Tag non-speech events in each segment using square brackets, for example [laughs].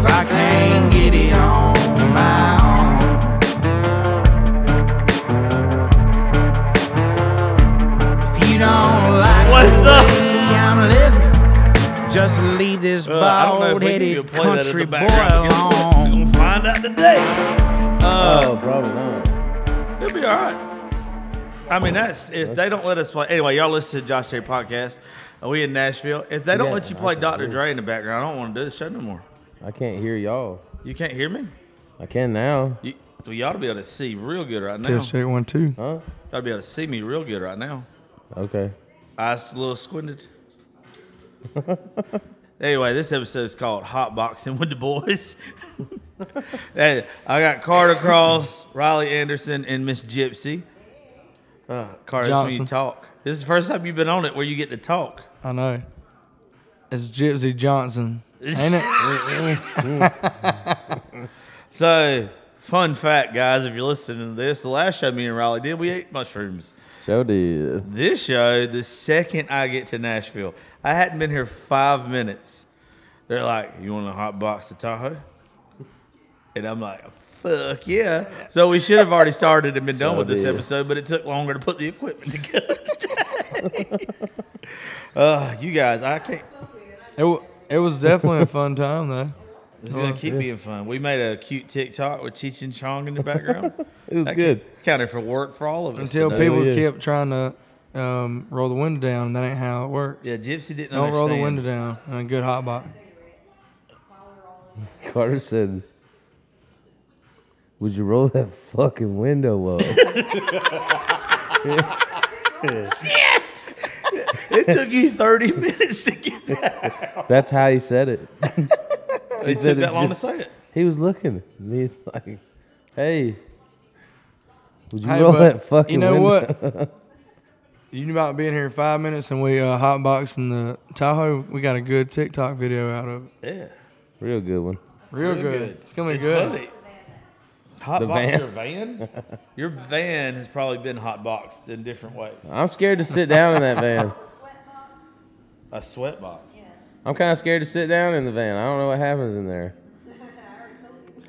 If I can't get it on my own. If you don't like What's the up? way I'm living, just leave this Uh, I don't know if bald we need to headed play that at country the boy background. but Guess what? We're alone. gonna find out today. Uh, Oh, probably not. It'll be all right. I mean, that's if they don't let us play. Anyway, y'all listen to Josh J podcast. Uh, We in Nashville. If they don't Yeah, let you play I can Dr. hear you. Dre in the background, I don't want to do the show no more. I can't hear y'all. You can't hear me. I can now. You, well, you ought to be able to see real good right now. Test You check one two. Huh? ought to be able to see me real good right now. Okay. Eyes a little squinted. [laughs] anyway, this episode is called Hot Boxing with the Boys. [laughs] hey, I got Carter Cross, Riley Anderson, and Miss Gypsy. Uh, Carter, this is when you Johnson. talk. This is the first time you've been on it where you get to talk. I know. It's [laughs] Gypsy Johnson, ain't it? So, fun fact, guys, if you're listening to this, the last show me and Riley did, we ate mushrooms. Show did. This show, the second I get to Nashville, I hadn't been here five minutes. They're like, "You want a hot box to Tahoe?" And I'm like, "Fuck yeah!" So we should have already started and been done with this did. episode, but it took longer to put the equipment together. [laughs] uh, you guys, I can't. It, wa- it was definitely a fun [laughs] time though. It's Oh, gonna keep being fun. We made a cute TikTok with Cheech and Chong [laughs] in the background. It was good. Counted for work for all of us. Until today. people yeah. kept trying to um, roll the window down, and that ain't how it works. yeah, Gypsy didn't Don't roll the understand. window down. And a good hot box. Carter said, "Would you roll that fucking window [laughs] up?" It took you 30 [laughs] minutes to get that. That's how he said it. It said took it that long just- to say it. He was looking. And he's like, "Hey, would you Hey, roll but that fucking?" you know window? what? [laughs] you about being here in five minutes, and we uh, hot box in the Tahoe. We got a good TikTok video out of it. Yeah. Real good one. Real, good. good. It's gonna be It's good. funny. Hot The box van. your van? [laughs] Your van has probably been hot boxed in different ways. I'm scared to sit down in that van. A sweat box. I'm kind of scared to sit down in the van. I don't know what happens in there.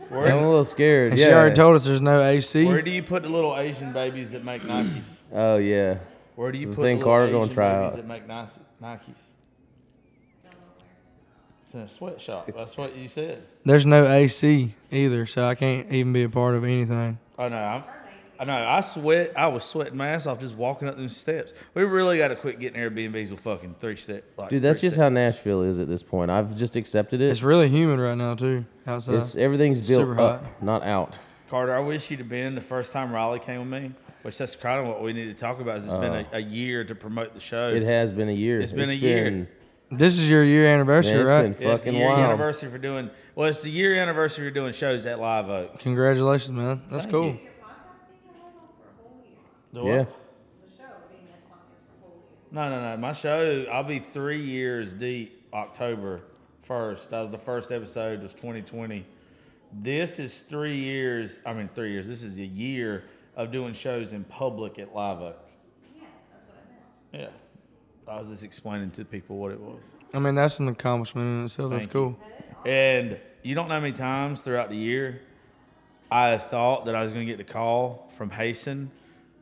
Where, I'm a little scared. And yeah. she already told us there's no AC. where do you put the little Asian babies that make Nikes? oh yeah. Where do you The put the thing little Carter gonna Asian try babies out. that make Nikes? Nikes? It's in a sweatshop. That's what you said. There's no AC either, so I can't even be a part of anything. I know. I'm, I know. I sweat. I was sweating my ass off just walking up them steps. We really got to quit getting Airbnbs with fucking three step. Like Dude, that's three just step. how Nashville is at this point. I've just accepted it. It's really humid right now too outside. It's everything's built Uh, super up, hot. not out. Carter, I wish you'd have been the first time Riley came with me, which that's kind of what we need to talk about. Is it's been a, a year to promote the show. Oh. It has been a year. It's been a year. been- this is your year anniversary, man, it's right? been Yeah, it's the fucking year wild. anniversary for doing. Well, it's the year anniversary for doing shows at Live Oak. Congratulations, man. That's Thank cool. you. The Yeah. what? No, no, no. My show, I'll be three years deep October 1st. That was the first episode, was 2020. This is three years, I mean, three years. This is a year of doing shows in public at Live Oak. Yeah, that's what I meant. Yeah. I was just explaining to people what it was. I mean, that's an accomplishment in itself. That's Thank cool. And you don't know how many times throughout the year I thought that I was going to get the call from Hasten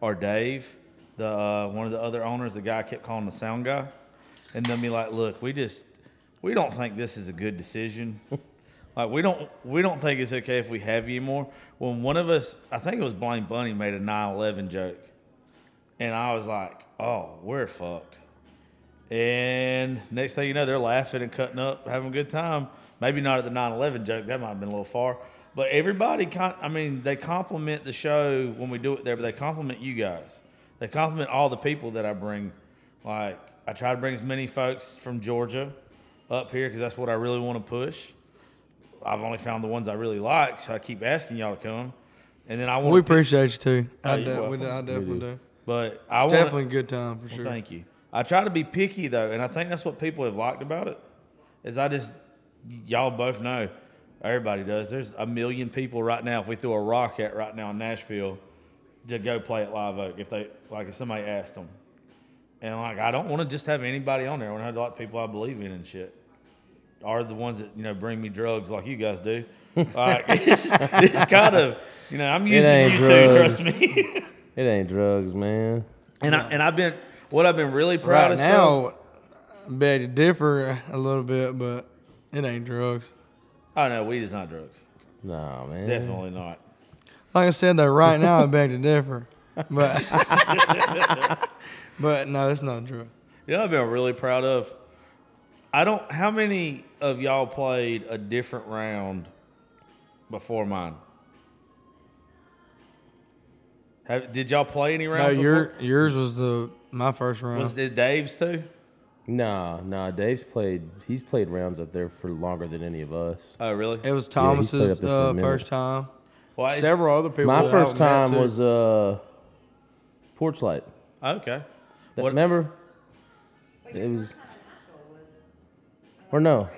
or Dave, the uh, one of the other owners. The guy I kept calling the sound guy, and then be like, "Look, we just we don't think this is a good decision. like we don't we don't think it's okay if we have you anymore." When one of us, I think it was Blaine Bunny, made a 9/11 joke, and I was like, "Oh, we're fucked." And next thing you know, they're laughing and cutting up, having a good time. Maybe not at the 9 11 joke, that might have been a little far. But everybody, con- I mean, they compliment the show when we do it there, but they compliment you guys. They compliment all the people that I bring. Like, I try to bring as many folks from Georgia up here because that's what I really want to push. I've only found the ones I really like, so I keep asking y'all to come. And then I want Well, we appreciate you too. Oh, I, you're de- we welcome. de- I definitely do. but I want Definitely a good time for sure. Thank you. I try to be picky though, and I think that's what people have liked about it. Is I just y'all both know, everybody does. There's a million people right now. If we threw a rock at right now in Nashville, to go play at Live Oak, if they like, if somebody asked them, and like I don't want to just have anybody on there. I want to have like people I believe in and shit. Are the ones that you know bring me drugs like you guys do. Like [laughs] it's, it's kind of you know I'm using ain't you two. drugs. Trust me. [laughs] It ain't drugs, man. and I and I've been what I've been really proud Right of stuff- now, I beg to differ a little bit, but it ain't drugs. Oh no, weed is not drugs. Nah, man. Mm. Definitely not. Like I said though, right now I beg to differ, but but [laughs] no, it's not true. You know, what I've been really proud of. I don't. How many of y'all played a different round before mine? Have, did y'all play any No, uh, round? your yours was the my first round. was did Dave's too? Nah, nah. Dave's played. He's played rounds up there for longer than any of us. Oh, really? it was played up Thomas's there for a uh, minute. first time. Why is- Several other people. My that I first met, time too. was uh, porch light. Okay. That, What- remember? It was. Or no,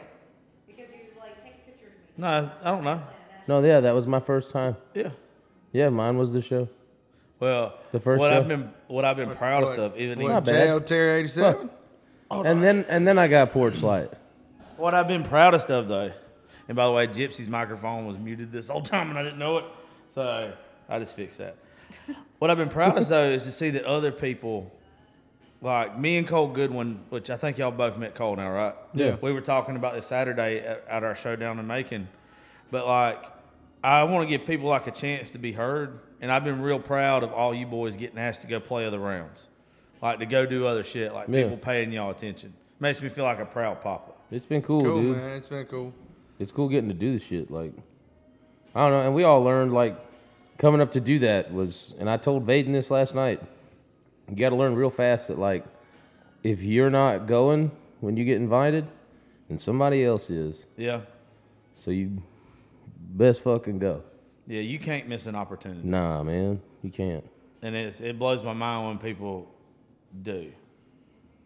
Because he was like, take pictures of me. No, I- I don't know. no. Yeah, that was my first time. Yeah. Yeah, mine was the show. Well, The first what I've show? been what I've been proud What- of stuff, even what, Not bad. JL Terry eighty seven. and then and then I got porch light. What I've been proudest of though, and by the way, Gypsy's microphone was muted this whole time and I didn't know it, so I just fixed that. what I've been proudest though is to see that other people, like me and Cole Goodwin, which I think y'all both met Cole now, right? Yeah. We were talking about this Saturday at, at our show down in Macon, but like I want to give people like a chance to be heard, and I've been real proud of all you boys getting asked to go play other rounds, like to go do other shit, like Yeah. people paying y'all attention. Makes me feel like a proud papa. It's been cool, Cool dude. man, it's been cool. It's cool getting to do this shit. Like, I don't know. And we all learned like coming up to do that was. And I told Vaden this last night. You got to learn real fast that like if you're not going when you get invited, then somebody else is. Yeah. So you best fucking go. Yeah, you can't miss an opportunity, Nah, man, you can't. and it's it blows my mind when people do.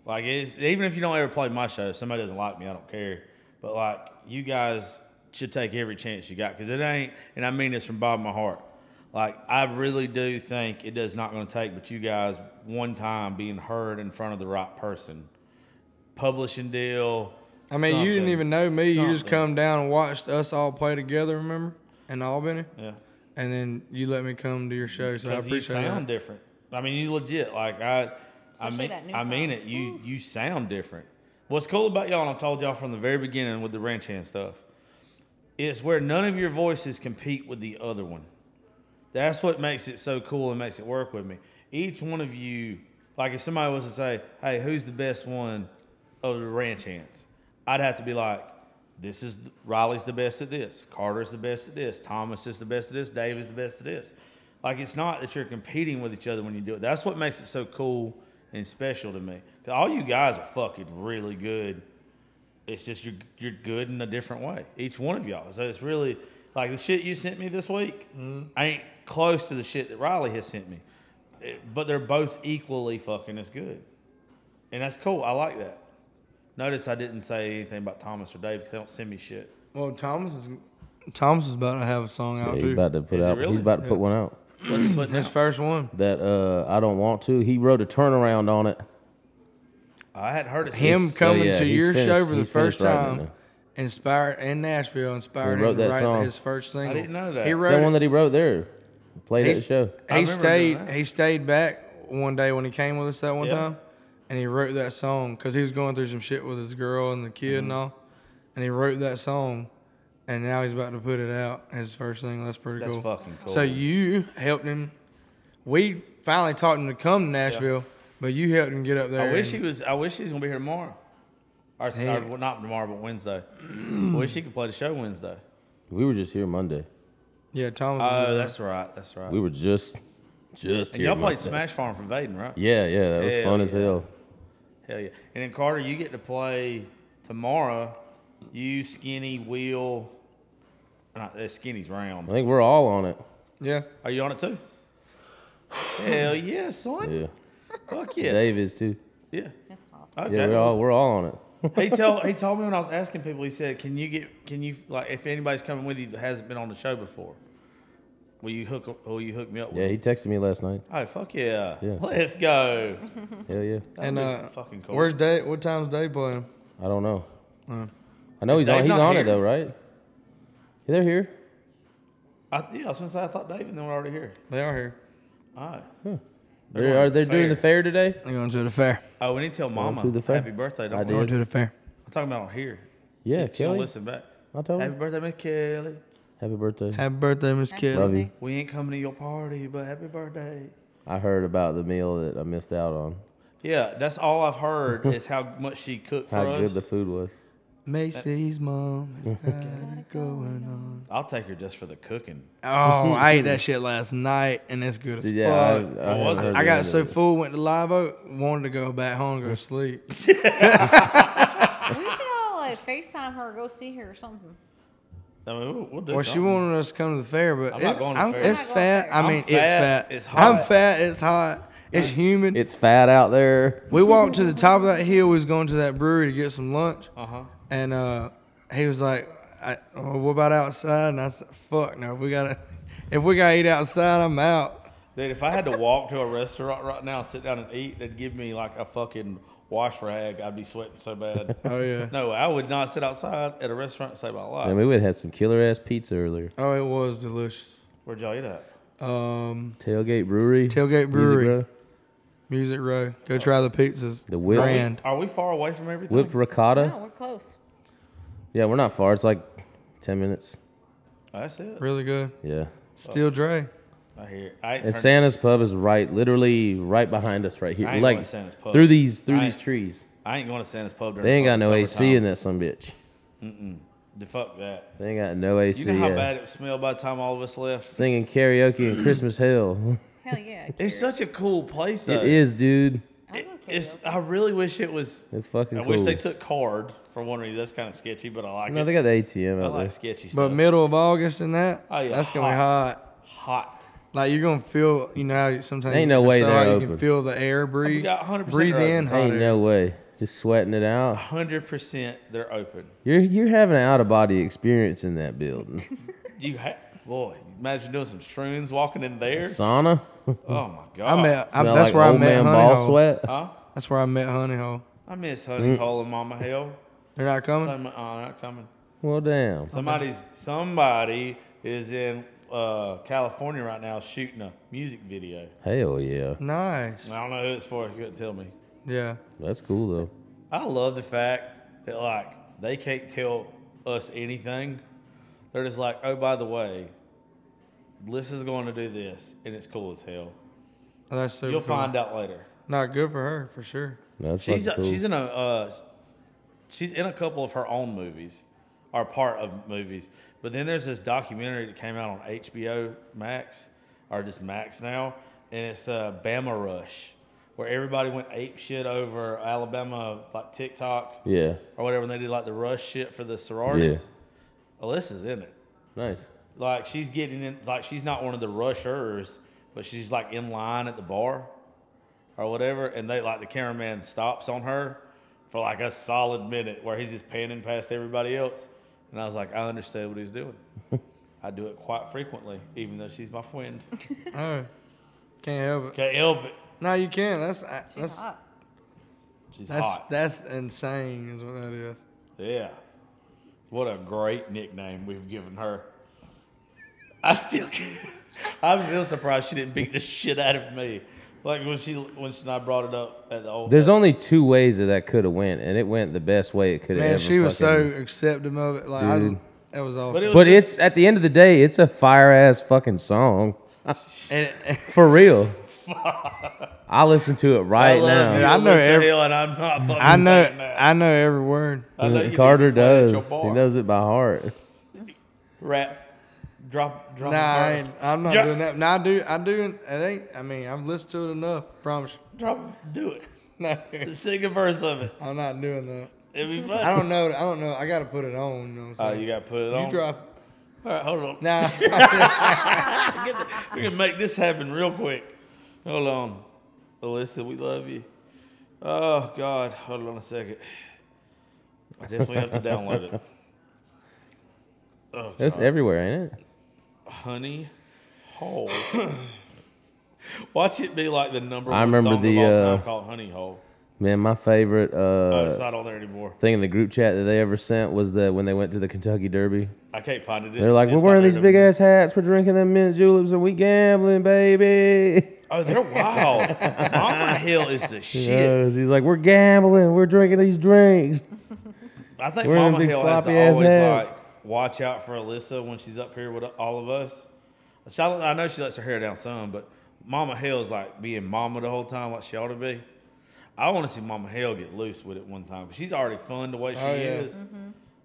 Like, it's, even if you don't ever play my show, if somebody doesn't like me, I don't care. But like, you guys should take every chance you got because it ain't, and I mean this from bottom of my heart. Like, I really do think it does not going to take, but you guys one time being heard in front of the right person, publishing deal. I mean, you didn't something, even know me. You just something. come down and watched us all play together. Remember in Albany, Yeah. and then you let me come to your show. So I Because you appreciate that. sound different. I mean, you legit. Like I, I Especially mean, that new I mean song. it. You you sound different. What's cool about y'all, and I told y'all from the very beginning with the ranch hand stuff, is where none of your voices compete with the other one. That's what makes it so cool and makes it work with me. Each one of you, like if somebody was to say, "Hey, who's the best one of the ranch hands?" I'd have to be like, "This is Riley's the best at this. Carter's the best at this. Thomas is the best at this. Dave is the best at this." Like it's not that you're competing with each other when you do it. That's what makes it so cool and special to me. 'Cause All you guys are fucking really good it's just you're you're good in a different way. Each one of y'all. So it's really like the shit you sent me this week Mm-hmm. ain't close to the shit that Riley has sent me. It- but they're both equally fucking as good. And that's cool. I like that. Notice I didn't say anything about Thomas or Dave because they don't send me shit. Well, Thomas is Thomas is about to have a song out Yeah, too. he's about to put Is he out. really? He's about to put one out. What's [clears throat] he putting His out? first one. That uh, I don't want to. He wrote a turnaround on it. I hadn't heard it. Him since. so coming yeah, to he's your show finished- for the he's first finished writing it time now. inspired in Nashville inspired He wrote him to that write song. his first single. didn't know that. He That That wrote one it, that he wrote there. Played at He's- the show. I he remember doing stayed that. he stayed back one day when he came with us that one Yeah. time and he wrote that song because he was going through some shit with his girl and the kid Mm-hmm. and all. And he wrote that song and now he's about to put it out his first single. That's pretty That's cool. fucking cool. So you helped him we finally taught him to come to Nashville, but you helped him get up there. I wish and- he was. I wish he's gonna be here tomorrow. Or, or well, not tomorrow, but [clears throat] Wednesday. I wish he could play the show Wednesday. We were just here Monday. Yeah, Thomas. Oh, was just- that's right. That's right. We were just, just and here. y'all played Monday. Smash Farm for Vaden, right? Yeah, yeah, that was Hell fun as yeah. hell. Hell yeah. And then Carter, you get to play tomorrow. You skinny wheel And I, that skinny's round. I think we're all on it. Yeah. Are you on it too? Hell yeah, son. Yeah. Fuck yeah. Dave is too. Yeah. That's awesome. Okay. Yeah, we're all we're all on it. he told he told me when I was asking people, he said, "Can you get can you like if anybody's coming with you that hasn't been on the show before, will you hook will you hook me up with?" Yeah, he texted me last night. Oh fuck yeah. Yeah. Let's go. Hell yeah. And That'd be uh, fucking cool. where's Dave? What time's Dave playing? I don't know. I know Is he's Dave on. He's not on here? it though, right? Yeah, they're here. I, yeah, I was gonna say I thought Dave and then we're already here. They are here. All right. They're They're, going are to they the doing the fair today? They're going to the fair. Oh, we need to tell Mama to the fair. happy birthday. Don't I I did. I'm Going to the fair. talking about on here. Yeah, She don't Kelly. listen back. I told Happy her. birthday, Miss Kelly. Happy birthday. Happy birthday, Miss Love Kelly. you. We ain't coming to your party, but happy birthday. I heard about the meal that I missed out on. Yeah, that's all I've [laughs] heard is how much she cooked for How us. good the food was. Macy's mom has got it going on. I'll take her just for the cooking. [laughs] Oh, I ate [laughs] that shit last night, and it's good as Yeah, I, I, fuck. haven't was it? heard I the got end so of it. full, went to Live Oak, wanted to go back home and go to sleep. We should all like FaceTime her, go see her or something. I mean, we'll, we'll do Well, she something. wanted us to come to the fair, but I'm not it- going to I'm- fair. it's I'm not going fat. to fair. I I'm mean, it's fat, fat. it's I'm hot. fat. It's hot. It's humid. It's fat out there. we walked to the top of that hill. We was going to that brewery to get some lunch, Uh-huh. and uh, he was like, I, oh, "What about outside?" And I said, "Fuck no. We gotta. [laughs] If we gotta eat outside, I'm out." Dude, if I had to walk to a restaurant right now, sit down and eat, they'd give me like a fucking wash rag. I'd be sweating so [laughs] bad. Uh, Oh yeah. no, I would not sit outside at a restaurant and save my life. And we would have had some killer ass pizza earlier. Oh, it was delicious. Where'd y'all eat at? Um, Tailgate Brewery. Tailgate Music Brewery. Row. Music Row. Go try the pizzas. The whip. Grand. Are we far away from everything? Whipped ricotta. No, Oh, we're close. Yeah, we're not far. It's like 10 minutes. That's it. Really good. Yeah. Uh, Steel Dre. I hear. I ain't And turned- Santa's Pub is right, literally right behind us right here. I ain't going like to Santa's Pub. through these through I these ain't- trees. I ain't going to Santa's pub during. They ain't the got no fucking AC in summertime. that some bitch. The fuck that. They ain't got no AC. You know how yeah. bad it smelled by the time all of us left. Singing karaoke and Christmas hell. [laughs] Hell yeah. It's such a cool place. Though. it is, dude. I'm It- okay it's. I really wish it was. It's fucking I cool. wish they took card for one reason. That's kind of sketchy, but I like no, it. they got the ATM I out like there. sketchy But stuff. middle of August and that, Oh, yeah, that's gonna be hot. hot. hot. Like you're gonna feel, you know, how you- sometimes Ain't you no way feel they're like you open. can feel the air breathe, got 100% breathe they're in, hot Ain't air. no way. Just sweating it out. Hundred percent, they're open. You're you're having an out of body experience in that [laughs] building. You ha- boy, imagine doing some shrooms walking in there. Sauna. Oh my god. I met, I, Smell that's like where I old met man ball Honeyhole. sweat. Huh? That's where I met Honeyhole. I miss Mm. Honey Hole and Mama Hell. They're not coming. Some, uh, not coming. Well, damn. Somebody's somebody is in uh, California right now shooting a music video. Hell yeah. Nice. I don't know who it's for. You couldn't tell me. Yeah. That's cool though. I love the fact that like they can't tell us anything. They're just like, oh, by the way, this is going to do this, and it's cool as hell. Oh, that's super You'll cool. find out later. Not good for her, for sure. That's She's fucking cool. she's in a uh, she's in a couple of her own movies, or part of movies. But then there's this documentary that came out on HBO Max, or just Max now, and it's uh, Bama Rush, where everybody went ape shit over Alabama like TikTok yeah. or whatever, and they did like the Rush shit for the sororities. Alyssa's in it. Nice. Like she's getting in, like she's not one of the rushers, but she's like in line at the bar or whatever, and they like the cameraman stops on her for like a solid minute where he's just panning past everybody else, and I was like, I understand what he's doing. I do it quite frequently, even though she's my friend. Oh, can't help it. Can't help it. No, you can't. That's I- She's that's hot. She's that's hot. that's insane, is what that is. Yeah. What a great nickname we've given her. I still can't. I'm still surprised she didn't beat the shit out of me. Like when she when she and I brought it up at the old There's only two ways that that could have went, and it went the best way it could have. Man, ever she was so fucking- accepting of it. Like Dude. I, that was awesome. it was- But it's at the end of the day, it's a fire ass [laughs] fucking song, And- for real. I listen to it I right love now. you, Yeah, I know Alyssa every- Hill, and I'm not fucking I know saying that. I know every word. I know you beat Carter me playing at does. your He bar. knows it by heart. Rap, drop, drop. Nah, I a verse. ain't, I'm not Oh Yeah. doing that. Nah, I do. I do. It ain't. I mean, I've listened to it enough. Promise. you. [laughs] Drop, do it. No, Sing a verse of it. I'm not doing that. It'd be I fun. don't know. I don't know. I gotta put it on. You know what Oh, I'm you saying? gotta put it you on. drop. All right, hold [laughs] on. Nah, [laughs] We can make this happen real quick. Hold on. Alyssa, we love you. Oh, God. Hold on a second. I definitely have to download [laughs] it. Oh, That's everywhere, ain't it? honey hole. [coughs] Watch it be like the number one I remember song the, of all time uh, called Honey Hole. Man, my favorite uh, Oh, it's not on there anymore. thing in the group chat that they ever sent was that when they went to the Kentucky Derby. I can't find it. They're like, we're wearing these big ass hats, we're drinking them mint juleps, and we gambling, baby. Oh, they're wild. [laughs] Mama Hill is the shit. Yes, he's like, we're gambling, we're drinking these drinks. I think Wearing Mama big Hill has floppy to ass always hats. like watch out for Alyssa when she's up here with all of us. She- I know she lets her hair down some, but Mama Hill's like being mama the whole time, like she ought to be. I want to see Mama Hill get loose with it one time. She's already fun the way she Oh, yeah. is.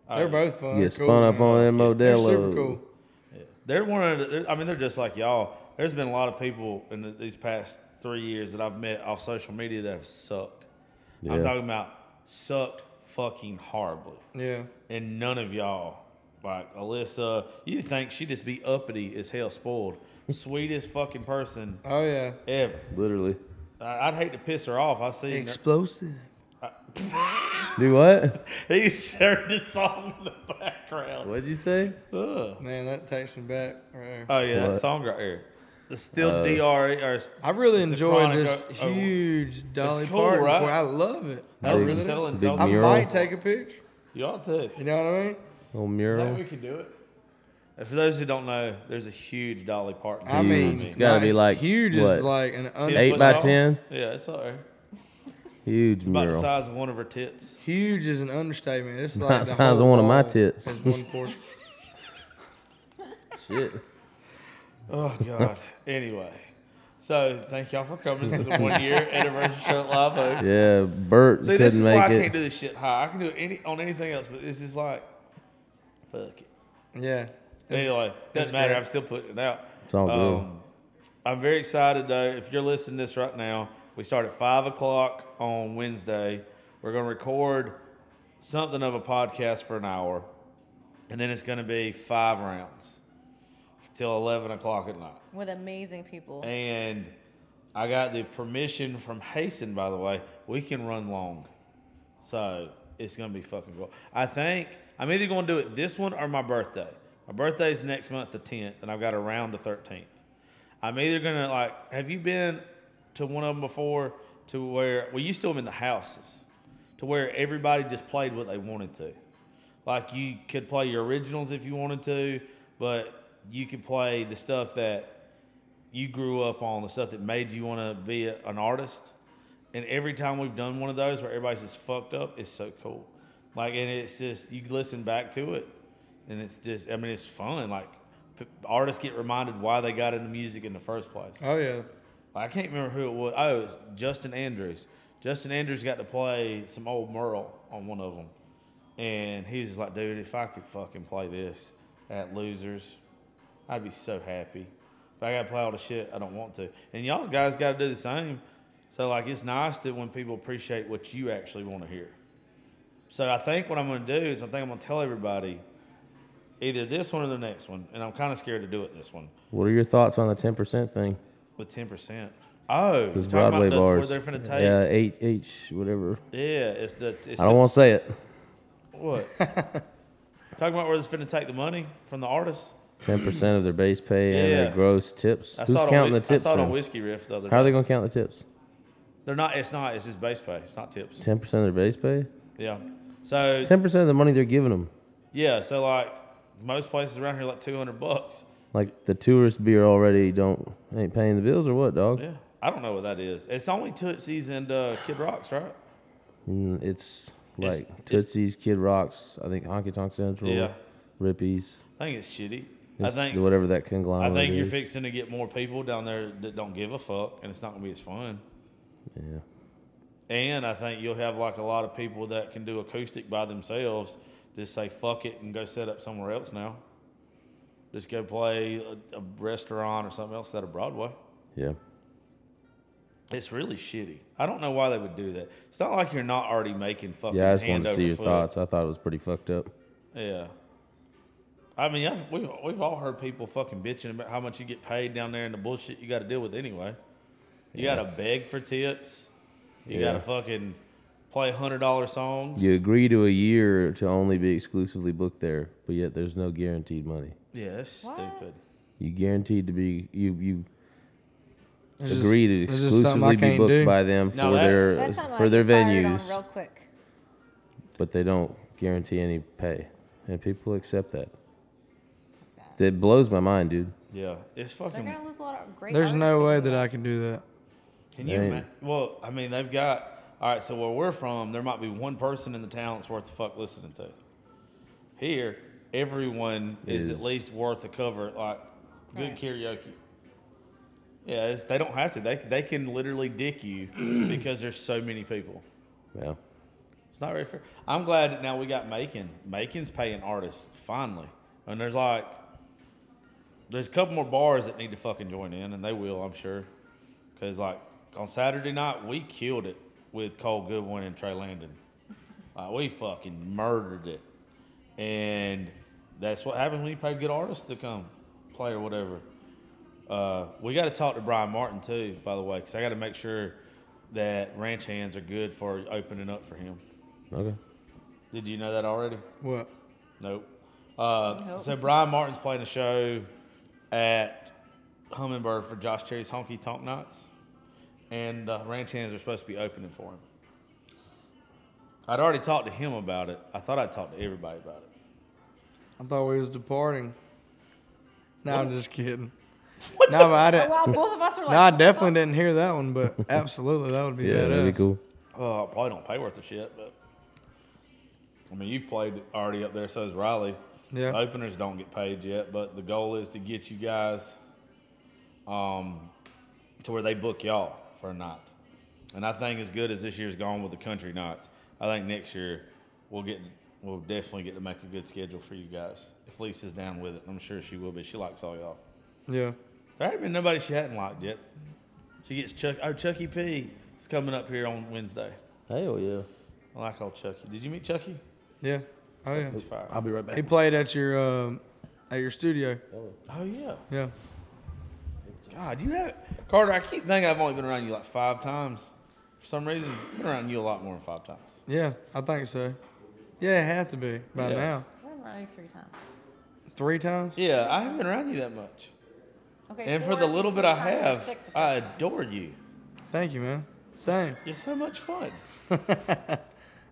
they're both fun. Get cool, spun up man. on them They're Modelo. super cool. They're one of the, they're- I mean, they're just like y'all. There's been a lot of people in the, these past three years that I've met off social media that have sucked. I'm Yeah. talking about sucked fucking horribly. Yeah. And none of y'all, like Alyssa, you think she just be uppity as hell spoiled. Sweetest fucking person Oh yeah. ever. Literally. I, I'd hate to piss her off. I see. Explosive. Do what? [laughs] He served a song in the background. What'd you say? Ugh. Man, that takes me back. Right there. Oh, yeah, What? Uh, that song right here. The still DRE, or I really It's the enjoyed Chronic- this oh, huge Dolly cool, Parton. right? boy. I love it. that was the Big- selling. big that was I the- mural. might take a picture. You ought to. You know what Little I mean? I think Oh, mural. we could do it. And for those who don't know, there's a huge Dolly Parton. I Huge. mean, It's gotta not- be like, huge what, is like an un- eight foot by tall. 10? Yeah, it's all right. Huge About the mural. size of one of her tits. huge is an understatement. It's like Not the size of whole one of my wall tits. is [laughs] one portion. Shit. Oh God. anyway, so thank y'all for coming to the one [laughs] year anniversary show at Live Oak. Yeah, Bert See, this is couldn't why I make can't it. do this shit high. I can do it any on anything else, but it's just like, fuck it. yeah. Anyway, doesn't matter. I'm still putting it out. Um, It's all good. I'm very excited though. If you're listening to this right now, we start at five o'clock on Wednesday. We're gonna record something of a podcast for an hour, and then it's gonna be five rounds till eleven o'clock at night. with amazing people. And I got the permission from Hasten, by the way. We can run long. So it's going to be fucking cool. I think I'm either going to do it this one or my birthday. My birthday's next month, the 10th, and I've got a round the 13th. I'm either going to, like, have you been to one of them before to where, well, you still them in the houses, to where everybody just played what they wanted to. Like, you could play your originals if you wanted to, but you could play the stuff that you grew up on, the stuff that made you want to be a, an artist. And every time we've done one of those where everybody's just fucked up, it's so cool. Like, and it's just, you listen back to it, and it's just, I mean, it's fun. Like, p- artists get reminded why they got into music in the first place. Oh yeah. I can't remember who it was. Oh, it was Justin Andrews. Justin Andrews got to play some old Merle on one of them. And he was just like, dude, if I could fucking play this at Losers, I'd be so happy. But I got to play all the shit I don't want to. And y'all guys got to do the same. So, like, it's nice that when people appreciate what you actually want to hear. So, I think what I'm going to do is I think I'm going to tell everybody either this one or the next one. And I'm kind of scared to do it this one. What are your thoughts on the 10% thing? With ten percent. Oh, talking Those about Broadway the- bars. Where they're finna take. Yeah, Yeah, eight, each, whatever. it's the. It's I don't the, want to say it. [laughs] what. talking about where they're finna take the money from the artists. Ten percent of their base pay and their Yeah. gross tips. I Who's saw it on counting Whi- the tips? I saw it on then? Whiskey Riff the other How are day. they gonna count the tips? They're not. It's not. It's just base pay. It's not tips. Ten percent of their base pay. Yeah. So Ten percent of the money they're giving them, yeah. So like most places around here, like two hundred bucks. like the tourist beer already don't ain't paying the bills or what, dog? Yeah. I don't know what that is. It's only Tootsie's and uh, Kid Rocks, right? Mm, It's It's- like it's- Tootsie's, Kid Rocks, I think Honky Tonk Central, Yeah. Rippies. I think it's shitty. I it's think whatever that I conglomerate. think you're is. fixing to get more people down there that don't give a fuck, and it's not gonna be as fun. Yeah. And I think you'll have like a lot of people that can do acoustic by themselves. Just say fuck it and go set up somewhere else now. Just go play a, a restaurant or something else out of Broadway. Yeah. It's really shitty. I don't know why they would do that. It's not like you're not already making fucking Yeah. I just hand wanted to over see your foot. thoughts. I thought it was pretty fucked up. Yeah. I mean, I've, we've we've all heard people fucking bitching about how much you get paid down there and the bullshit you got to deal with anyway. You got to beg for tips. You Yeah. got to fucking play hundred dollar songs. You agree to a year to only be exclusively booked there, but yet there's no guaranteed money. Yeah, that's What? stupid. You guaranteed to be you you It's just- agree to it's just something exclusively I be can't booked do. by them Now for that's- their That's something for I their get fired on venues, real quick. but they don't guarantee any pay, and people accept that. That blows my mind, dude. Yeah, it's They're fucking. gonna lose a lot of great. There's no artists way because of that I can do that. Can you? Dang. ima- well, I mean, they've got. All right, so where we're from, there might be one person in the town that's worth the fuck listening to. Here, everyone is, Is- at least worth a cover, like good Right. karaoke. Yeah, it's, they don't have to. They they can literally dick you [clears throat] because there's so many people. Yeah, It's not very fair. I'm glad that now we got Macon. Macon's paying artists finally, and there's like there's a couple more bars that need to fucking join in, and they will, I'm sure, because like on Saturday night we killed it with Cole Goodwin and Trey Landon. Like we fucking murdered it, and that's what happens when you pay good artists to come play or whatever. Uh, we got to talk to Brian Martin too, by the way, because I got to make sure that ranch hands are good for opening up for him. okay. Did you know that already? What? Nope. Uh, Nope. So Brian Martin's playing a show at Hummingbird for Josh Cherry's Honky Tonk Nights, and the ranch hands are supposed to be opening for him. I'd already talked to him about it. I thought I'd talked to everybody about it. I thought we was departing. No, I'm just kidding. What No, but I it. didn't. Oh, well, both of us are like. No, I definitely didn't hear that [laughs] one, but absolutely, that would be Yeah, that'd be badass. cool. Oh, I probably don't pay worth a shit, but I mean, you've played already up there, so has Riley. Yeah. Openers don't get paid yet, but the goal is to get you guys um, to where they book y'all for a night. And I think as good as this year's gone with the country nights, I think next year we'll get we'll definitely get to make a good schedule for you guys. If Lisa's down with it, I'm sure she will be. She likes all y'all. Yeah. There ain't been nobody she hadn't liked yet. She gets Chuck. Oh, Chucky P is coming up here on Wednesday. Hell yeah. I like old Chucky. Did you meet Chucky? Yeah. Oh yeah. It's fire. I'll be right back. He played at your um, at your studio. Oh yeah. Yeah. God, you have Carter. I keep thinking I've only been around you like five times. For some reason, I've been around you a lot more than five times. Yeah, I think so. Yeah, it had to be by Yeah. now. We're running three times. Three times. Yeah, I haven't been around you that much. Okay. And for four the if you little bit I count the have, sixth. I adore you. Thank you, man. Same. You're so much fun. I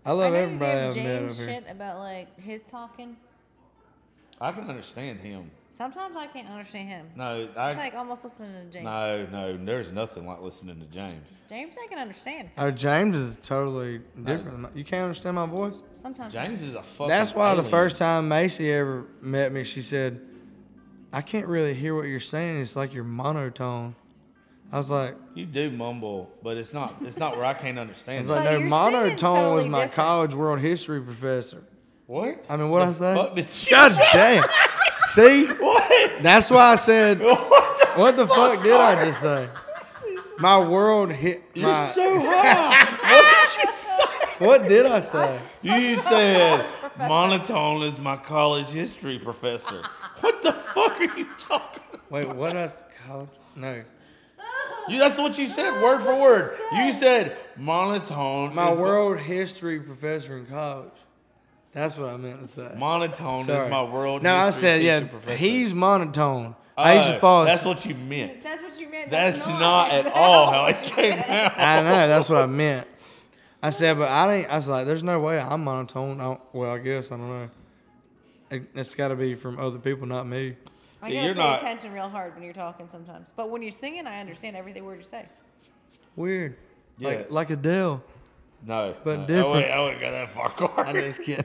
I love know you everybody I've gave met over James here. shit about like his talking. I can understand him. Sometimes I can't understand him. No, It's I like almost listening to James. no no. There's nothing like listening to James. James, I can understand. Oh, James is totally different. You can't understand my voice. Sometimes. James is a fucking. That's why the alien. first time Macy ever met me, she said, "I can't really hear what you're saying. It's like you're monotone." I was like, you do mumble, but it's not it's not where I can't understand. "It's it. like But no your monotone singing's totally was my different." college world history professor." what? I mean, what I The say? fuck did you- God damn! [laughs] See, What? [laughs] that's why I said, What the- "What the fuck did I just say?" My world hit. You're My, so [laughs] high. what did you say? what did I say? You said monotone is my college history professor. what the fuck are you talking? about? Wait, what? I s- college? No, You, that's what you said, word for word. You said monotone. my is my- world history professor in college. That's what I meant to say. monotone Sorry. is my world. No, I history said yeah. teacher Professor. He's monotone. I used to Oh, fall. That's what you meant. That's what you meant. That's not at all [laughs] how it came out. I know. That's [laughs] what I meant. I said, but I didn't. I was like, there's no way I'm monotone. I don't, well, I guess I don't know. It, has got to be from other people, not me. I Yeah, gotta you're pay not- attention real hard when you're talking sometimes. But when you're singing, I understand every word you say. Weird. Yeah. Like like Adele. No, But no. different. I wouldn't, I wouldn't go that far, I Carter. just kidding.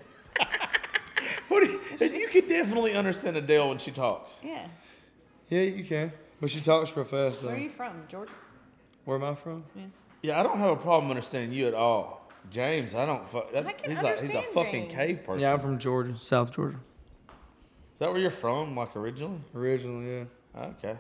What do you, you can definitely understand Adele when she talks. Yeah. Yeah, you can. But she talks real fast though. Where Where, are you from, Georgia? am I from? Yeah, I don't have a problem understanding you at all. James, I don't fuck. That, I can he's, a, he's a understand fucking James. cave person. Yeah, I'm from Georgia, South Georgia. Is that where you're from, like originally? Originally, yeah. Okay.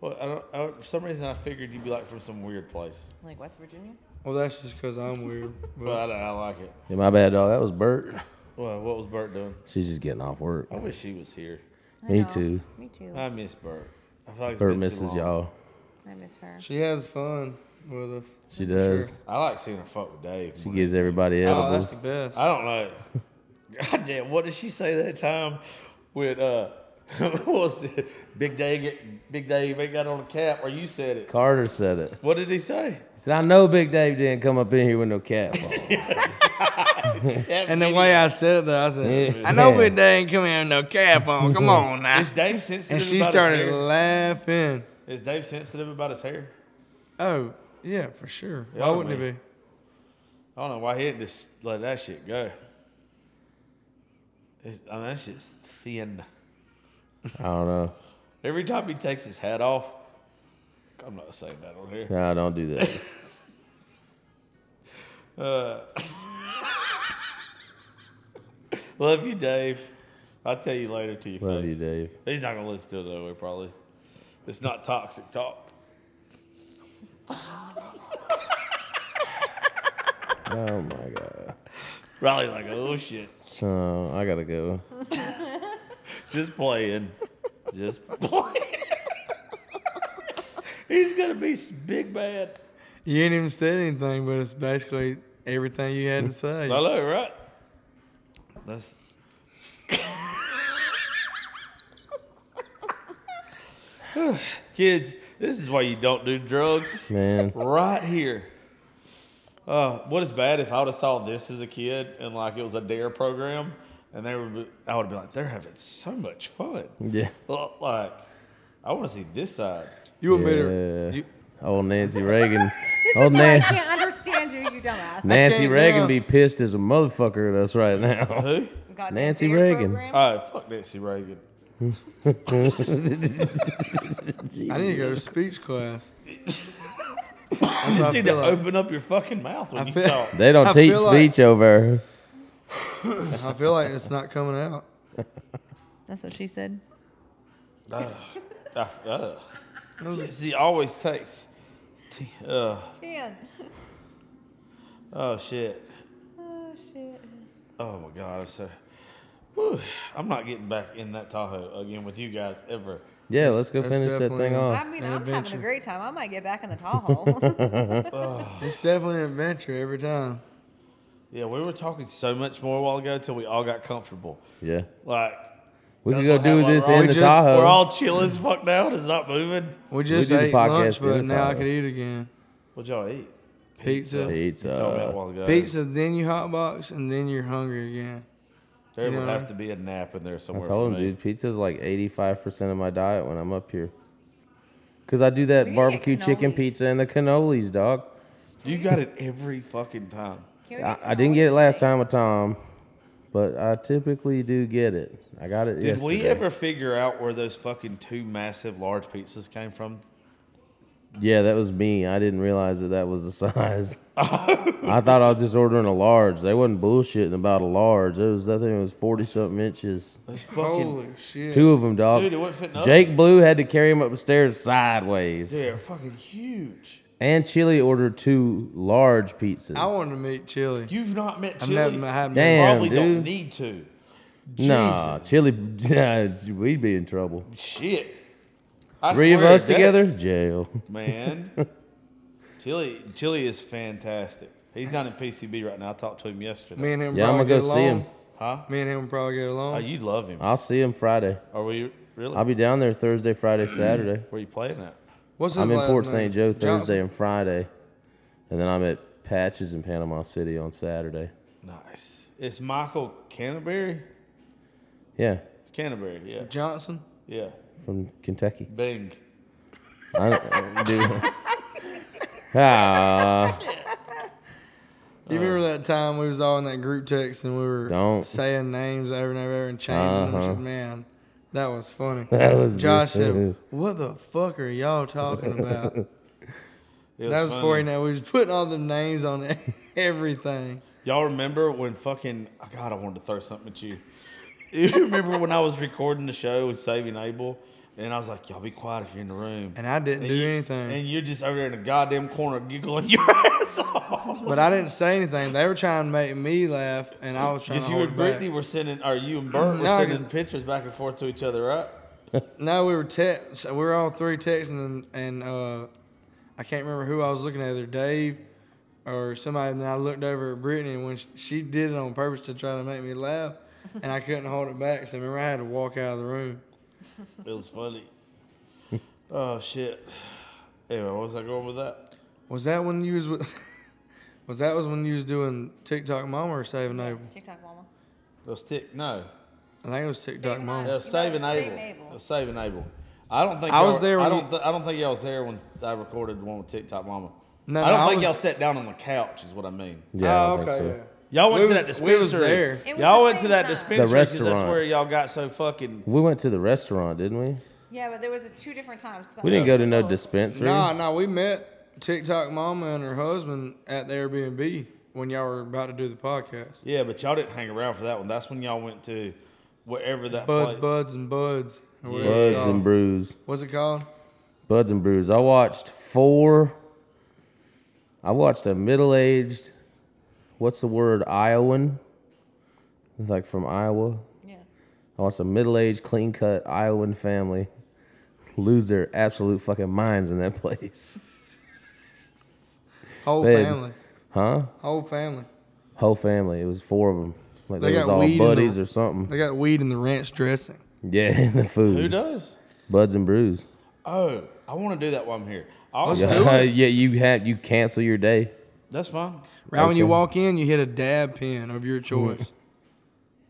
Well, I don't. I, for some reason, I figured you'd be like from some weird place, Like West Virginia? [laughs] Well, that's just because I'm weird. but I, But don't- I like it. Yeah, my bad, dog. That was Bert. Well, what was Bert doing? She's just getting off work. I wish she was here. I Me know. too. Me too. I miss Bert. I feel like it's Bert been too misses long. y'all. I miss her. She has fun with us. She does. Sure. I like seeing her fuck with Dave. She gives everybody Oh, that's edibles. the best. I don't know. [laughs] God damn, what did she say that time with uh [laughs] what was it? Big Dave get Big Dave ain't got on a cap or you said it. Carter said it. What did he say? He said, I know Big Dave didn't come up in here with no cap on. And the way I said it, though, I said, Yeah. "I know we ain't coming in with no cap on. [laughs] Come on now." Is Dave sensitive And she about his started hair? laughing. Is Dave sensitive about his hair? Oh, yeah, for sure. Why Y'all wouldn't it mean. I don't know why he didn't just let that shit go. It's, I mean, that shit's thin. [laughs] I don't know. Every time he takes his hat off, I'm not saying that on here. No, don't do that. Love you, Dave. I'll tell you later to your Love you, face. Dave. He's not gonna listen to it that way, probably. It's not toxic talk. Oh my god. Riley's like, oh shit, So I gotta go. just playing, just [laughs] playing. He's gonna be s- big bad. be? You ain't even said anything, but it's basically everything you [laughs] had to say. I know, right? That's [sighs] kids. This is why you don't do drugs. Man. right here. Uh, what is bad if I would have saw this as a kid and like it was a dare program, and they would, be, I would be like, they're having so much fun. Yeah. Well, Like, I want to see this side. You want me Yeah. to? You, Old Nancy Reagan. This Old is why I Nancy can't understand you, you dumbass. Nancy can't Reagan now. be pissed as a motherfucker at us right now. [laughs] Who? Goddamn Nancy theater Reagan. program. Oh, fuck Nancy Reagan. I need to go to speech class. [laughs] You just I need to feel like- open up your fucking mouth when I you feel- talk. They don't I teach feel like- speech over. I feel like it's not coming out. That's what she said. Uh, uh. Gypsy always takes. t- Uh, Ten. oh shit. Oh shit. Oh my god. I'm so. Whew. I'm not getting back in that Tahoe again with you guys ever. Yeah, let's go that's finish that definitely thing a- I off. mean, an I'm having adventure. a great time. I might get back in [laughs] the Tahoe. It's definitely an adventure every time. Yeah, we were talking so much more a while ago till we all got comfortable. Yeah. Like We could That's go not how do I this roll. in We the just- Tahoe. we're all chill as fuck now. It's not moving. We just do the ate podcast lunch, but anytime. now I could eat again. What y'all eat? Pizza, pizza, You told me that a while Pizza. ago. then you hot box, and then you're hungry again. There you would know. have to be a nap in there I somewhere. told for him, me. dude, pizza's like 85% of my diet when I'm up here. Because I do that We need to get barbecue chicken cannolis. pizza and the cannolis, dog. You got it every fucking time. Can we I, get I didn't get it cannolis last tonight? time with Tom, but I typically do get it. I got it Did yesterday. we ever figure out where those fucking two massive large pizzas came from? Yeah, that was me. I didn't realize that that was the [laughs] [laughs] size. I thought I was just ordering a large. They wasn't bullshitting about a large. It was that thing was forty something inches. Those fucking Holy shit! Two of them, dog. Dude, it wasn't fitting up. Jake Blue had to carry him up the stairs sideways. they're fucking huge. And Chili ordered two large pizzas. I wanted to meet Chili. You've not met I've Chili. never met- haven't Damn. met- Probably don't dude. need to. nah, Jesus. Chili, [laughs] we'd be in trouble. Shit. I Three of swear, us that- together, jail. man. [laughs] Chili, Chili is fantastic. He's not in PCB right now. I talked to him yesterday. Me and him Yeah, I'm probably gonna go get see along. him. Huh? Me and him probably get Oh, along. you love him. I'll see him Friday. Are we really? I'll be down there Thursday, Friday, Saturday. Where you playing at? What's his I'm in last Port name? St. Joe Thursday Johnson. and Friday, and then I'm at Patches in Panama City on Saturday. Nice. It's Michael Canterbury. Yeah, Canterbury, yeah, Johnson. yeah. from Kentucky. Bing. I, [laughs] I [laughs] do. Ah, You remember that time we was all in that group text and we were Uh, Don't. saying names over and over and changing Uh-huh. them? Man, that was funny. [laughs] that was Josh good. said, "What the fuck are y'all [laughs] talking about?" It that was funny. before you know we was putting all the names on [laughs] everything. Y'all remember when fucking oh, [laughs] God, I wanted to throw something at you. You remember when I was recording the show with Saving Abel And I was like, y'all be quiet if you're in the room. And I didn't do you- anything. And you're just over there in the goddamn corner giggling [laughs] your ass off. But I didn't say anything. They were trying to make me laugh, and I was trying to Because you hold and it back. Brittany were sending, or you and Bert were No, I sending didn't. pictures back and forth to each other, right? No, we were text. We were all three texting, and, and uh, I can't remember who I was looking at, either Dave or somebody. And then I looked over at Brittany, and when she, she did it on purpose to try to make me laugh, and I couldn't hold it back. So remember, I had to walk out of the room. It was [laughs] funny. oh, shit. Anyway, what was I going with that? Was that when you was with? [laughs] was that was when you was doing TikTok Mama or Saving Abel? TikTok mama. It was tick, no. I think it was TikTok Saving Mama. It was No, saving Save Abel. Abel. It was saving Abel. I don't think I y'all- was there I when don't. you- Th- I don't think y'all was there when I recorded the one with TikTok Mama. No, I don't no, I think was- y'all sat down on the couch. Is what I mean. Yeah, oh, I don't okay. think so. yeah. Y'all went We to was- that we dispensary. was there. It was Y'all the went to same that time. dispensary The 'cause that's restaurant. where y'all got so fucking. We went to the restaurant, didn't we? Yeah, but there was a two different times. 'cause I We didn't go remember to no both. dispensary. No, no, we met TikTok Mama and her husband at the Airbnb when y'all were about to do the podcast. Yeah, but y'all didn't hang around for that one. That's when y'all went to wherever that Buds, place. buds, and buds. or whatever it's Buds called. and brews. What's it called? Buds and brews. I watched four. I watched a middle-aged. What's the word? Iowan. Like from Iowa. Yeah. I watched a middle-aged, clean-cut Iowan family lose their absolute fucking minds in that place. [laughs] Whole They- family. Huh? Whole family. Whole family. It was four of them. Like They they, was got all weed in the- buddies or something. [laughs] They got weed in the ranch dressing. Yeah, and the food. Who does? Buds and brews. Oh, I want to do that while I'm here. I'll Let's say- do Yeah, [laughs] it. yeah. You have you cancel your day. That's fine. Right when Okay. you Mm-hmm. walk in, you hit a dab pen of your choice.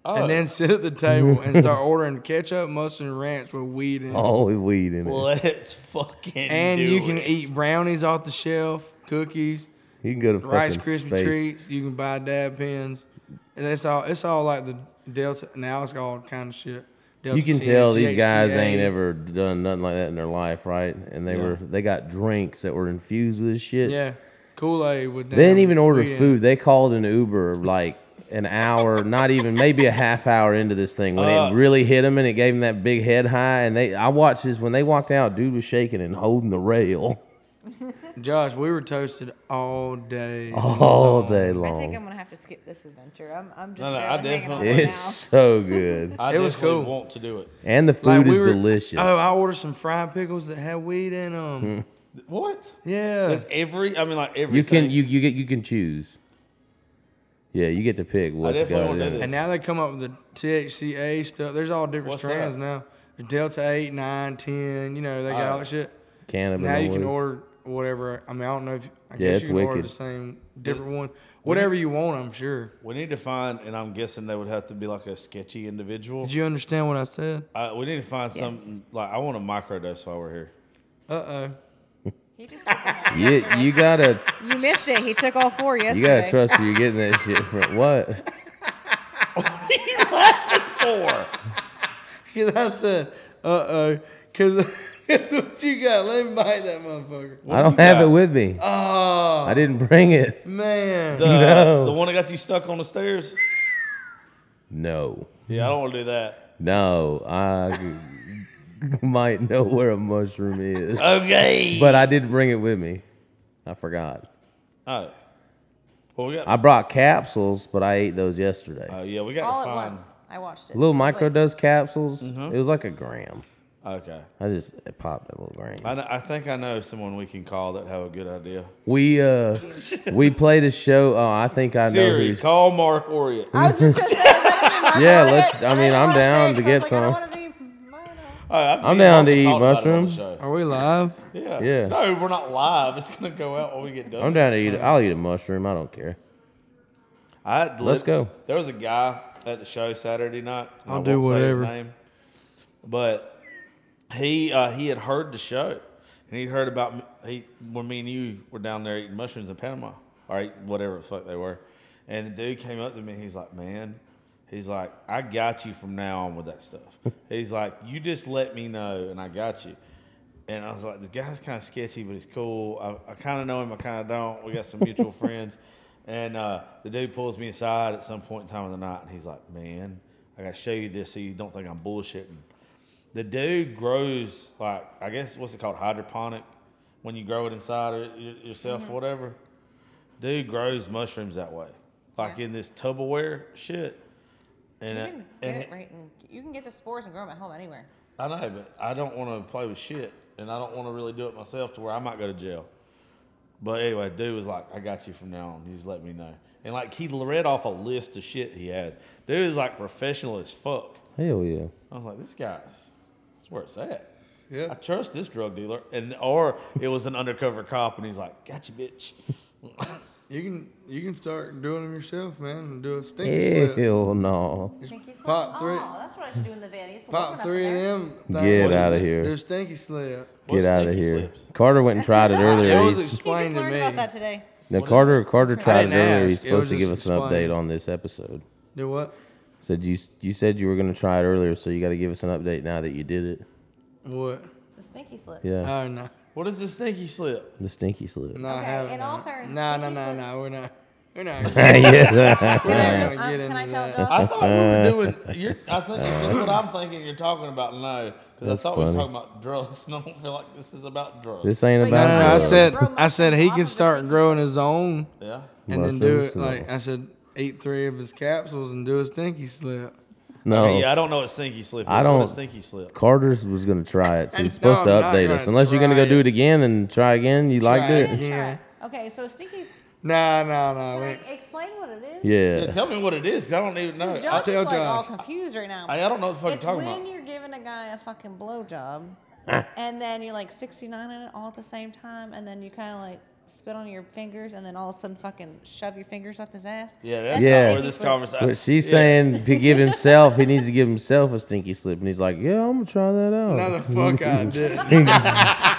Oh, and then sit at the table and [laughs] start ordering ketchup, mustard, and ranch with weed in it. All with weed in it. [laughs] let's fucking. and do you can it. eat brownies off the shelf, cookies, You can go to Rice fucking Krispie space. treats. You can buy dab pens, and it's all it's all like the Delta now it's all kind of shit. Delta You can 10, tell these guys THCA. ain't ever done nothing like that in their life, right? And they were they got drinks that were infused with shit. Yeah, Kool Aid with. They didn't even order food. They called an Uber like an hour, not even maybe a half hour into this thing when Uh. it really hit them and it gave them that big head high. And they, I watched this when they walked out, dude was shaking and holding the rail [laughs] Josh, we were toasted all day. Oh, Oh. all day I [laughs] think I'm long. gonna have to skip this adventure. I'm, I'm just. No, no, I barely hanging on definitely- right It's so good, I It was definitely cool. Want to do it? and the food [laughs] Like, we is were- delicious. Hmm. Oh, I ordered some fried pickles that had weed in them. What? Yeah, It's every. I mean, like everything. you can you you get you can choose. Yeah, you get to pick what's definitely going wanna do in. this. and now they come up with the THCA stuff. There's all different What's strands that? now. There's Delta eight, nine, ten. You know they got all that shit. Cannabis. Now you can order whatever. I mean, I don't know if I Yeah, guess it's you can order wicked. the same different one, whatever you want. I'm sure. We need to find, and I'm guessing they would have to be like a sketchy individual. Did you understand what I said? Uh, we need to find Yes. something like I want a microdose while we're here. Uh oh. He just took off. You, [laughs] you gotta you missed it. He took all four yesterday. you gotta trust you're getting that shit from what? [laughs] Four. [laughs] Cause I said uh oh. Cause [laughs] that's what you got. Let me bite that motherfucker. [laughs] What I you don't have got? it with me. Oh I didn't bring it. man. the, No. the one that got you stuck on the stairs. No, Yeah, I don't want to do that. no, I [laughs] might know where a mushroom is, Okay. but I did bring it with me. I forgot. All right. Well, we got. I brought capsules, but I ate those yesterday. oh yeah, we got all to at find. once. I watched it. Little It was Like, microdose capsules. Mm-hmm. It was like a gram. Okay. I just it popped a little gram. I, kn- I think I know someone we can call that have a good idea. [laughs] We uh we played a show. Oh, I think I know Siri, who's call Mark Oriot. I was just gonna say. is [laughs] that gonna be Yeah, microdose? let's- I And mean, didn't I'm wanna say down to it 'cause I was get like, I some. don't wanna be murdered. All right, I've been I'm down talking- to eat talking about it on the mushrooms. show. Are we live? Yeah. Yeah. No, we're not live. It's gonna go out when we get done. I'm down to eat. I'll eat a mushroom. I don't care. I had Let's lit- go. There was a guy at the show Saturday night. and I'll I do won't say his whatever. name. but he uh, he had heard the show, and he'd heard about me, he when me and you were down there eating mushrooms in Panama, or eating whatever the fuck they were. And the dude came up to me. He's like, "Man, he's like, I got you from now on with that [laughs] stuff." he's like, "You just let me know, and I got you." And I was like, the guy's kind of sketchy, but he's cool. I, I kind of know him, I kind of don't. We got some [laughs] mutual friends. And uh, the dude pulls me aside at some point in time of the night, and he's like, man, I got to show you this so you don't think I'm bullshitting. The dude grows like I guess what's it called hydroponic when you grow it inside of it, yourself Mm-hmm. or whatever. Dude grows mushrooms that way, like Yeah. in this Tupperware shit. And, You it- can get and it it- right and you can get the spores and grow them at home anywhere. I know, but I don't want to play with shit, and I don't want to really do it myself to where I might go to jail. But anyway, dude was like, "I got you from now on. You just let me know." And like he read off a list of shit he has. Dude is like professional as fuck. Hell yeah. I was like, "This guy's, that's where it's at." I Yeah. trust this drug dealer, and or it was an undercover cop, and he's like, "Got you, bitch." You can you can start doing them yourself, man, and do a stinky slip. Hell no. Stinky slip. pop oh, three- that's what I should do in the van. It's warm Pop enough three in of there. them. things. Get What is outta it? here. There's stinky slip. What's Get out of stinky here. slips? Carter went and tried it earlier. [laughs] It He's- was He explained just to learned about that me. today. Now What is Carter Carter I tried it didn't earlier. ask. He's It supposed was to give us just an explained. update on this episode. Do what? Said you you said you were gonna try it earlier, so you got to give us an update now that you did it. What? The stinky slip. Yeah, Oh no, What is this stinky slip? the stinky slip. no, I Okay, haven't. in all no. fairness, no, no, stinky no, slip- no, we're not. We're not. [laughs] [laughs] yeah, We're not Um, gonna get can I into tell that. Josh? I thought we were doing. You're, I think that's what I'm thinking. You're talking about no, because I That's thought we were funny. talking about drugs, [laughs] and I don't feel like this is about drugs. [laughs] this ain't Wait, about. No, no, no, I drugs. said, Grow I said he mushrooms off can of the start stinky growing his own yeah. Oh. and then do Mushrooms, it. Like no. I said, eat three of his capsules and do a stinky slip. no. Yeah, I don't know what stinky slip. Is. I What don't- is stinky slip. Carter's was gonna try it, so he's supposed [laughs] No, to I'm not update gonna us. Unless you're gonna try go do it it. again and try again. You liked Try it? it. Yeah. Yeah. Okay, so stinky. No, no, no. Can we- I explain what it is? Yeah, Yeah. tell me what it is. 'cause I don't even know. Josh I, is Tell like all Josh. confused right now. I, I don't know what the fuck it's you're when talking about. you're giving a guy a fucking blowjob, Ah. and then you're like 69 in it all at the same time, and then you kind of like spit on your fingers, and then all of a sudden fucking shove your fingers up his ass. Yeah, that's Yeah. not where this conversation. [laughs] But she's yeah. saying [laughs] to give himself, he needs to give himself a stinky slip, and he's like, "Yeah, I'm gonna try that out." No, the [laughs] fuck I did.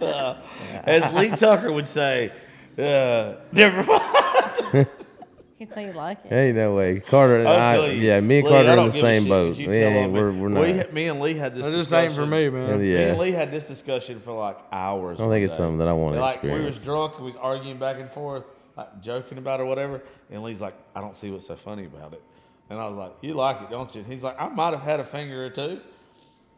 as Lee Tucker would say, uh, never mind. He'd say you like it. Ain't no way, Carter. I'll I, tell you, yeah, me and Lee, Carter I are in don't the give a same shit boat. what you We tell ain't, on we're, me. we're We not. had- me and Lee had this. That just ain't for discussion. me, And man. Me and yeah, Lee had this discussion for like hours. I don't think it's something that I want to like we was experience. drunk and we was arguing back and forth, like joking about it or whatever. And Lee's like, I don't see what's so funny about it. And I was like, You like it, don't you? And he's like, I might have had a finger or two.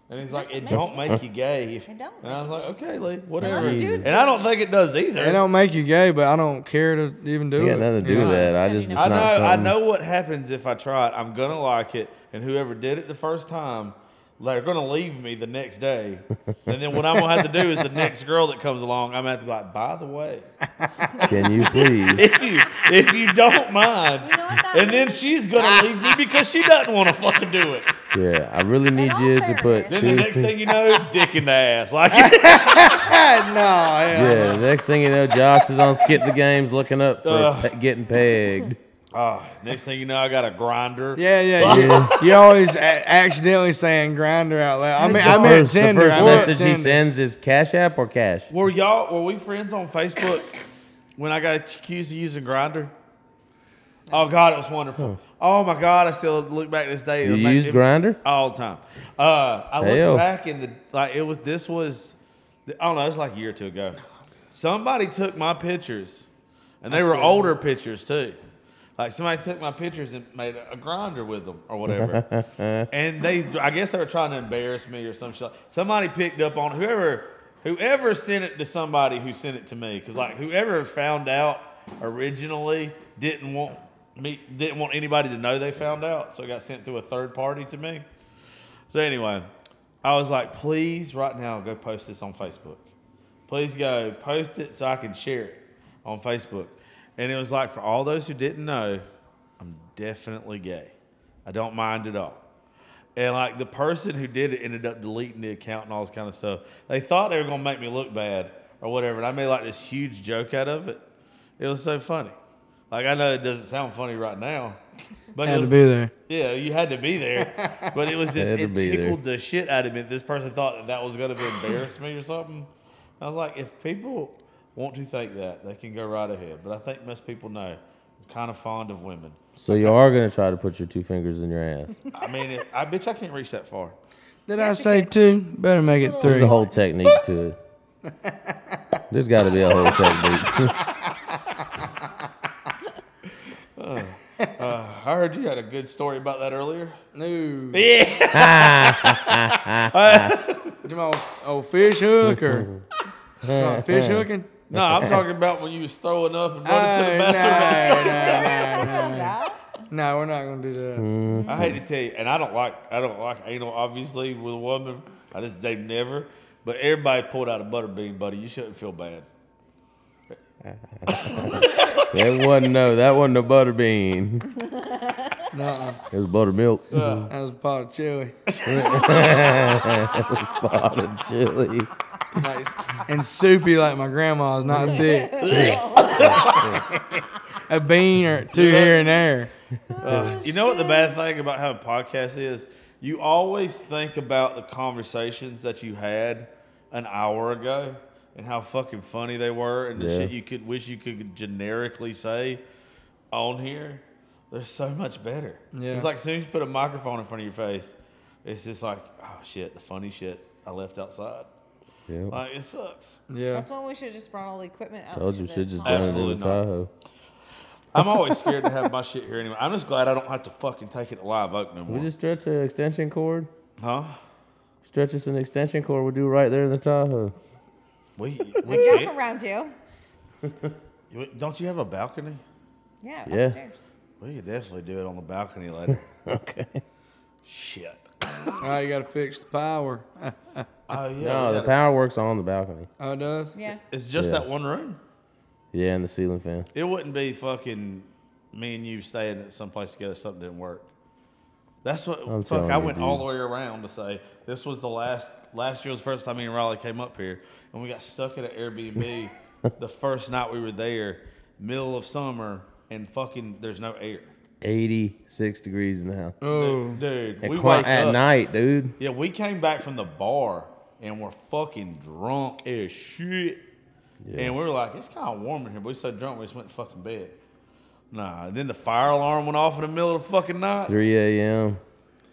And he's like, doesn't It make don't it- make you gay. If, It don't And I was make like, Okay, Lee, whatever. Unless a And dude's I don't think it does either. It don't make you gay, but I don't care to even do It it. got nothing to do you with know? that. I It's just it's I not know. something. I know what happens if I try it. I'm gonna like it, and whoever did it the first time, they're gonna leave me the next day. and then what I'm gonna have to do is the next girl that comes along, I'm gonna have to be like, by the way, Can [laughs] you please? if you if you don't mind, You know what that and then means? she's gonna leave me because she doesn't want to fucking do it. Yeah, I really need all you to put fairness- Then the two. next thing you know, dick in the ass. Like [laughs] Ah, [laughs] no, [laughs] hell Yeah, the next thing you know, Josh is on skip the games looking up for Ugh. pe- [laughs] getting pegged. oh, next thing you know, I got a grinder. Yeah, yeah. You, you always a- accidentally saying grinder out loud. I mean, I meant First, the Tinder. first I meant message he Tinder. sends is Cash App or Cash. Were y'all were we friends on Facebook when I got accused of using Grinder? Oh God, it was wonderful. Oh my God, I still look back this day. You It made- use it- Grinder? [laughs] all the time. Uh, I Hell. look back in the like it was this was I don't know it was like a year or two ago. Somebody took my pictures, and they were older pictures too. Like somebody took my pictures and made a grinder with them or whatever. and they, I guess they were trying to embarrass me or some shit. Somebody picked up on whoever, whoever sent it to somebody who sent it to me, because like whoever found out originally didn't want me, didn't want anybody to know they found out, so it got sent through a third party to me. So anyway, I was like, please, right now, go post this on Facebook. Please go post it so I can share it on Facebook. And it was like, for all those who didn't know, I'm definitely gay. I don't mind at all. And like the person who did it ended up deleting the account and all this kind of stuff. They thought they were gonna make me look bad or whatever, and I made like this huge joke out of it. It was so funny. Like I know it doesn't sound funny right now, but it Had to was, be there. yeah, you had to be there. But [laughs] it was just, Had to it be there. tickled the shit out of me. This person thought that that was going to embarrass me or something. I was like, if people want to think that, they can go right ahead. But I think most people know I'm kind of fond of women. [laughs] So you are gonna try to put your two fingers in your ass. I mean, it, I bitch, I can't reach that far. Did Yes, I you say can. two? Better make Just it a There's a three. little- whole technique to it. There's got to be a whole [laughs] technique. I heard you had a good story about that earlier. No. [laughs] Yeah. Them old, old fish hook or Like fish hooking? no, [laughs] I'm talking about when you was throwing up and running to the Oh, bathroom. Talk no, about [laughs] no, that. no, no, we're not gonna do that. Mm. I hate to tell you, and I don't like I don't like anal obviously with a woman. I just they never. But everybody pulled out a butterbean, buddy. You shouldn't feel bad. That wasn't no. That wasn't a butterbean. Nuh-uh. It was buttermilk. That was a pot of chili. Bottom [laughs] chili. Nice. and soupy like my grandma's, not [laughs] thick. a bean or two here and there. You know what the bad thing about having podcasts is? You always think about the conversations that you had an hour ago and how fucking funny they were and the Yeah. shit you could wish you could generically say on here. They're so much better. Yeah. It's like as soon as you put a microphone in front of your face, it's just like, oh shit, the funny shit I left outside. Yeah. Like it sucks. Yeah. That's when we should have just brought all the equipment out. Told to you the should just con- done it in Absolutely the not. Tahoe. I'm always scared to have my shit here anyway. I'm just glad I don't have to fucking take it to live oak no more. We just stretch an extension cord. huh? Stretch us an extension cord. We do right there in [laughs] the Tahoe. We we We're can't. joking around you. You- Don't you have a balcony? Yeah, Yeah. upstairs. We could definitely do it on the balcony [laughs] later. Okay. Shit. All right, you gotta fix the power. Oh yeah. No, the power works on the balcony. Oh, it does? Yeah. It's just Yeah. that one room. Yeah, and the ceiling fan. It wouldn't be fucking me and you staying at someplace together. if Something didn't work. That's what. I'm fuck. telling I you, went all dude. the way around to say this was the last. Last year was the first time me and Riley came up here, and we got stuck at an [laughs] Airbnb the first night we were there, middle of summer, and fucking there's no air. 86 degrees in the house. Oh, Dude, At, we cli- wake at up. night, dude. Yeah, we came back from the bar and we're fucking drunk as shit. And we were like, it's kind of warm in here, but we so drunk we just went to fucking bed. Nah, and then the fire alarm went off in the middle of the fucking night. 3 a.m.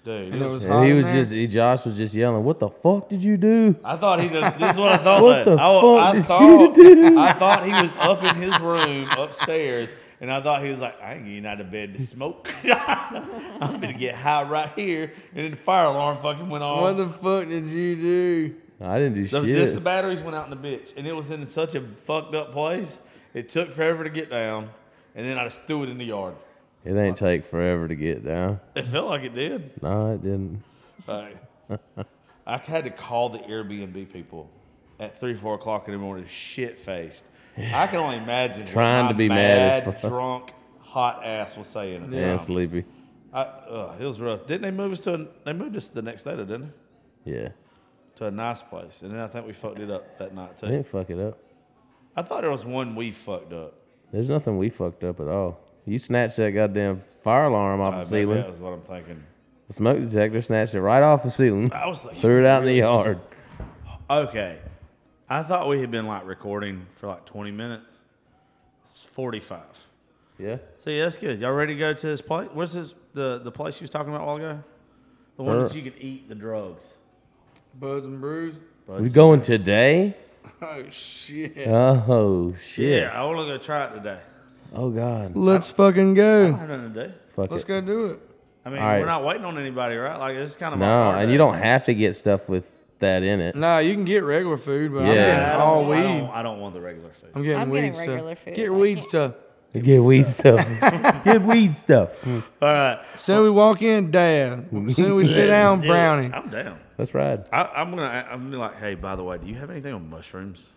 Dude, and it it was- was hot. And he in was there? just, he, Josh was just yelling, What the fuck did you do? I thought he did. This is [laughs] what I thought. What man. the I, fuck I did thought you do? I thought he was up in his room upstairs, and I thought he was like, I ain't getting out of bed to smoke. [laughs] I'm gonna get high right here, and then the fire alarm fucking went off. What the fuck did you do? I didn't do The, shit. This the batteries went out in the bitch, and it was in such a fucked up place. It took forever to get down, and then I just threw it in the yard. it ain't take forever to get down. It felt like it did. No, it didn't. Like, I had to call the Airbnb people at three, four o'clock in the morning, shit faced. I can only imagine what Trying my to be mad as fuck. drunk, hot ass was saying. At the Yeah, time. sleepy. I, ugh, it was rough. Didn't they move us to? A, they moved us the next day, didn't they? Yeah. To a nice place, and then I think we fucked it up that night I too. didn't fuck it up. I thought there was one we fucked up. There's nothing we fucked up at all. You snatched that goddamn fire alarm off Uh, the maybe ceiling. That was what I'm thinking. The smoke detector snatched it right off the ceiling. I was like, [laughs] Threw it out in the yard. okay. I thought we had been like recording for like 20 minutes. It's 45. Yeah. So yeah, that's good. Y'all ready to go to this place? Where's this the the place you was talking about a while ago? The one that Sure. you could eat the drugs. Buds and brews? We going today? Oh, shit. Oh Yeah, shit. I want to go try it today. Oh god. Let's fucking I go. have nothing to do. Fuck Let's it. go do it. I mean, All right. we're not waiting on anybody, right? Like this is kind of my No, bar and day. you don't have to get stuff with that in it. Nah, you can get regular food, but I'm Yeah. I getting don't- all I don't, weed. I don't want the regular food. I'm getting I'm weed getting stuff. regular food. Get I weed can't- stuff. Get weed stuff. Get weed stuff. All right, Soon we walk in, dab. [laughs] Soon we sit down, Dude, brownie. I'm down. Let's ride. I, I'm gonna. I'm gonna be like, hey, by the way, do you have anything on mushrooms?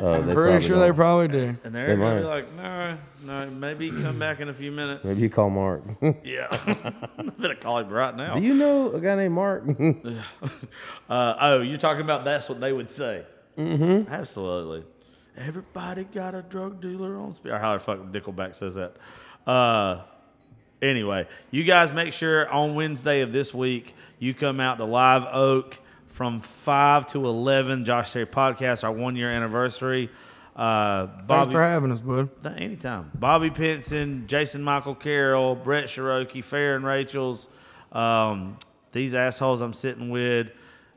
Oh, they Pretty sure they don't. probably do. And they're They gonna be might. like, no, no, maybe come back in a few minutes. Maybe you call Mark. [laughs] Do [laughs] Yeah, [laughs] I'm gonna call him right now. you know a guy named Mark? [laughs] uh, oh, you're talking about that's what they would say. Mm-hmm. Absolutely. Everybody got a drug dealer on speed. Or how the fuck Nickelback says that. Uh, anyway, you guys make sure on Wednesday of this week you come out to Live Oak from five to eleven. Josh Terry podcast, our one year anniversary. Uh, Thanks Bobby, for having us, bud. Th- Anytime. Bobby Pinson, Jason Michael Carroll, Brett Cherokee, Farron Rachels, um, these assholes I'm sitting with,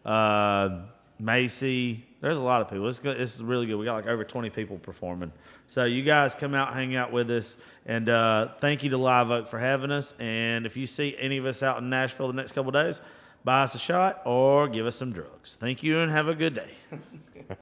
uh, Macy, There's a lot of people. It's good. It's really good. We got like over 20 people performing. So you guys come out, hang out with us, and uh, thank you to Live Oak for having us. And if you see any of us out in Nashville the next couple days, buy us a shot or give us some drugs. Thank you and have a good day.